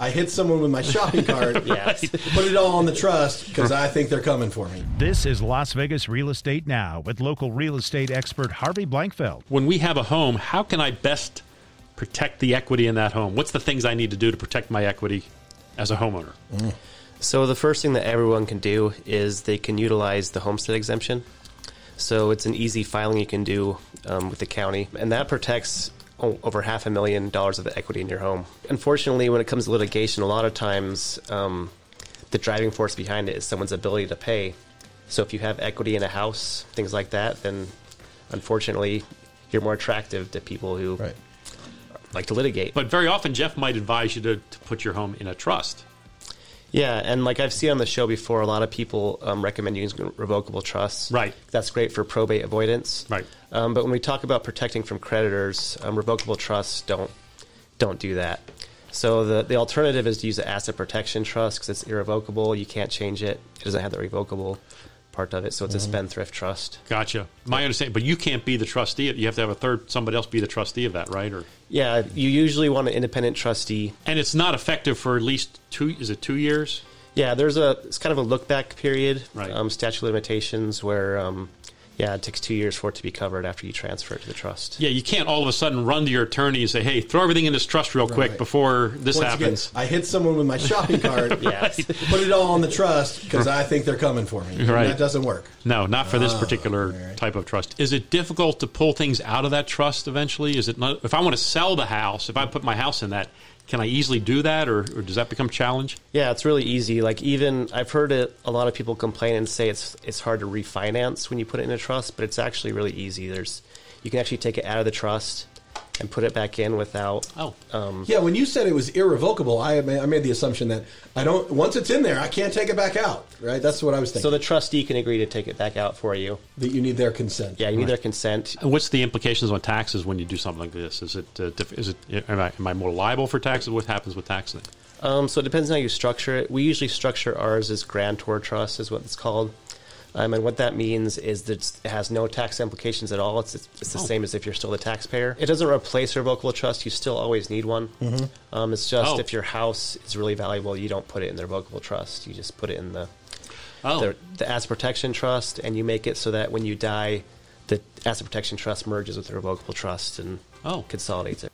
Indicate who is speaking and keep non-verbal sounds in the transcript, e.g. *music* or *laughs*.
Speaker 1: I hit someone
Speaker 2: *laughs*
Speaker 1: with my shopping cart,
Speaker 2: Yes.
Speaker 1: *laughs* put it all on the trust because I think they're coming for me.
Speaker 3: This is Las Vegas Real Estate Now with local real estate expert Harvey Blankfeld.
Speaker 2: When we have a home, how can I best protect the equity in that home? What's the things I need to do to protect my equity as a homeowner?
Speaker 4: So the first thing that everyone can do is they can utilize the homestead exemption. So it's an easy filing you can do um, with the county, and that protects o- over half a million dollars of equity in your home. Unfortunately, when it comes to litigation, a lot of times um, the driving force behind it is someone's ability to pay. So if you have equity in a house, things like that, then unfortunately you're more attractive to people who
Speaker 1: Right.
Speaker 4: like to litigate.
Speaker 2: But very often, Jeff might advise you to, to put your home in a trust.
Speaker 4: Yeah, and like I've seen on the show before, a lot of people um, recommend using revocable trusts.
Speaker 2: Right.
Speaker 4: That's great for probate avoidance.
Speaker 2: Right.
Speaker 4: Um, but when we talk about protecting from creditors, um, revocable trusts don't don't do that. So the the alternative is to use an asset protection trust because it's irrevocable. You can't change it. It doesn't have the revocable part of it, so it's a
Speaker 2: Mm-hmm.
Speaker 4: spendthrift trust.
Speaker 2: Gotcha. My understanding, but you can't be the trustee. You have to have a third, somebody else be the trustee of that, right? Or
Speaker 4: Yeah, you usually want an independent trustee
Speaker 2: and it's not effective for at least two. Is it two years?
Speaker 4: Yeah, there's a it's kind of a look back period,
Speaker 2: Right.
Speaker 4: um, statute of limitations, where um, yeah, it takes two years for it to be covered after you transfer it to the trust.
Speaker 2: Yeah, you can't all of a sudden run to your attorney and say, "Hey, throw everything in this trust real quick before this
Speaker 1: Once again,
Speaker 2: happens."
Speaker 1: I hit someone
Speaker 2: *laughs*
Speaker 1: with my shopping cart,
Speaker 4: Yes.
Speaker 1: put it all on the trust because I think they're coming for me. And
Speaker 2: Right.
Speaker 1: that doesn't work.
Speaker 2: No, not for this particular
Speaker 1: right.
Speaker 2: type of trust. Is it difficult to pull things out of that trust eventually? Is it not? If I want to sell the house, if I put my house in that, can I easily do that, or, or does that become a challenge?
Speaker 4: Yeah, it's really easy. Like even I've heard it, a lot of people complain and say it's it's hard to refinance when you put it in a trust, but it's actually really easy. There's you can actually take it out of the trust and put it back in without.
Speaker 2: Oh,
Speaker 1: Yeah, when you said it was irrevocable, I made, I made the assumption that I don't. Once it's in there, I can't take it back out. Right? That's what I was
Speaker 4: So
Speaker 1: thinking.
Speaker 4: the trustee can agree to take it back out for you.
Speaker 1: that you need their consent.
Speaker 4: Yeah, you need their consent.
Speaker 2: And what's the implications on taxes when you do something like this? Is it uh, diff- is it am I, am I more liable for taxes? What happens with taxes?
Speaker 4: Um, so it depends on how you structure it. We usually structure ours as grantor trust, is what it's called. Um, and what that means is that it's- it has no tax implications at all. It's, it's, it's
Speaker 2: Oh.
Speaker 4: the same as if you're still the taxpayer. It doesn't replace revocable trust. You still always need one. Um, it's just
Speaker 2: Oh.
Speaker 4: if your house is really valuable, you don't put it in the revocable trust. You just put it in the,
Speaker 2: Oh,
Speaker 4: the, the asset protection trust, and you make it so that when you die, the asset protection trust merges with the revocable trust and
Speaker 2: Oh.
Speaker 4: consolidates it.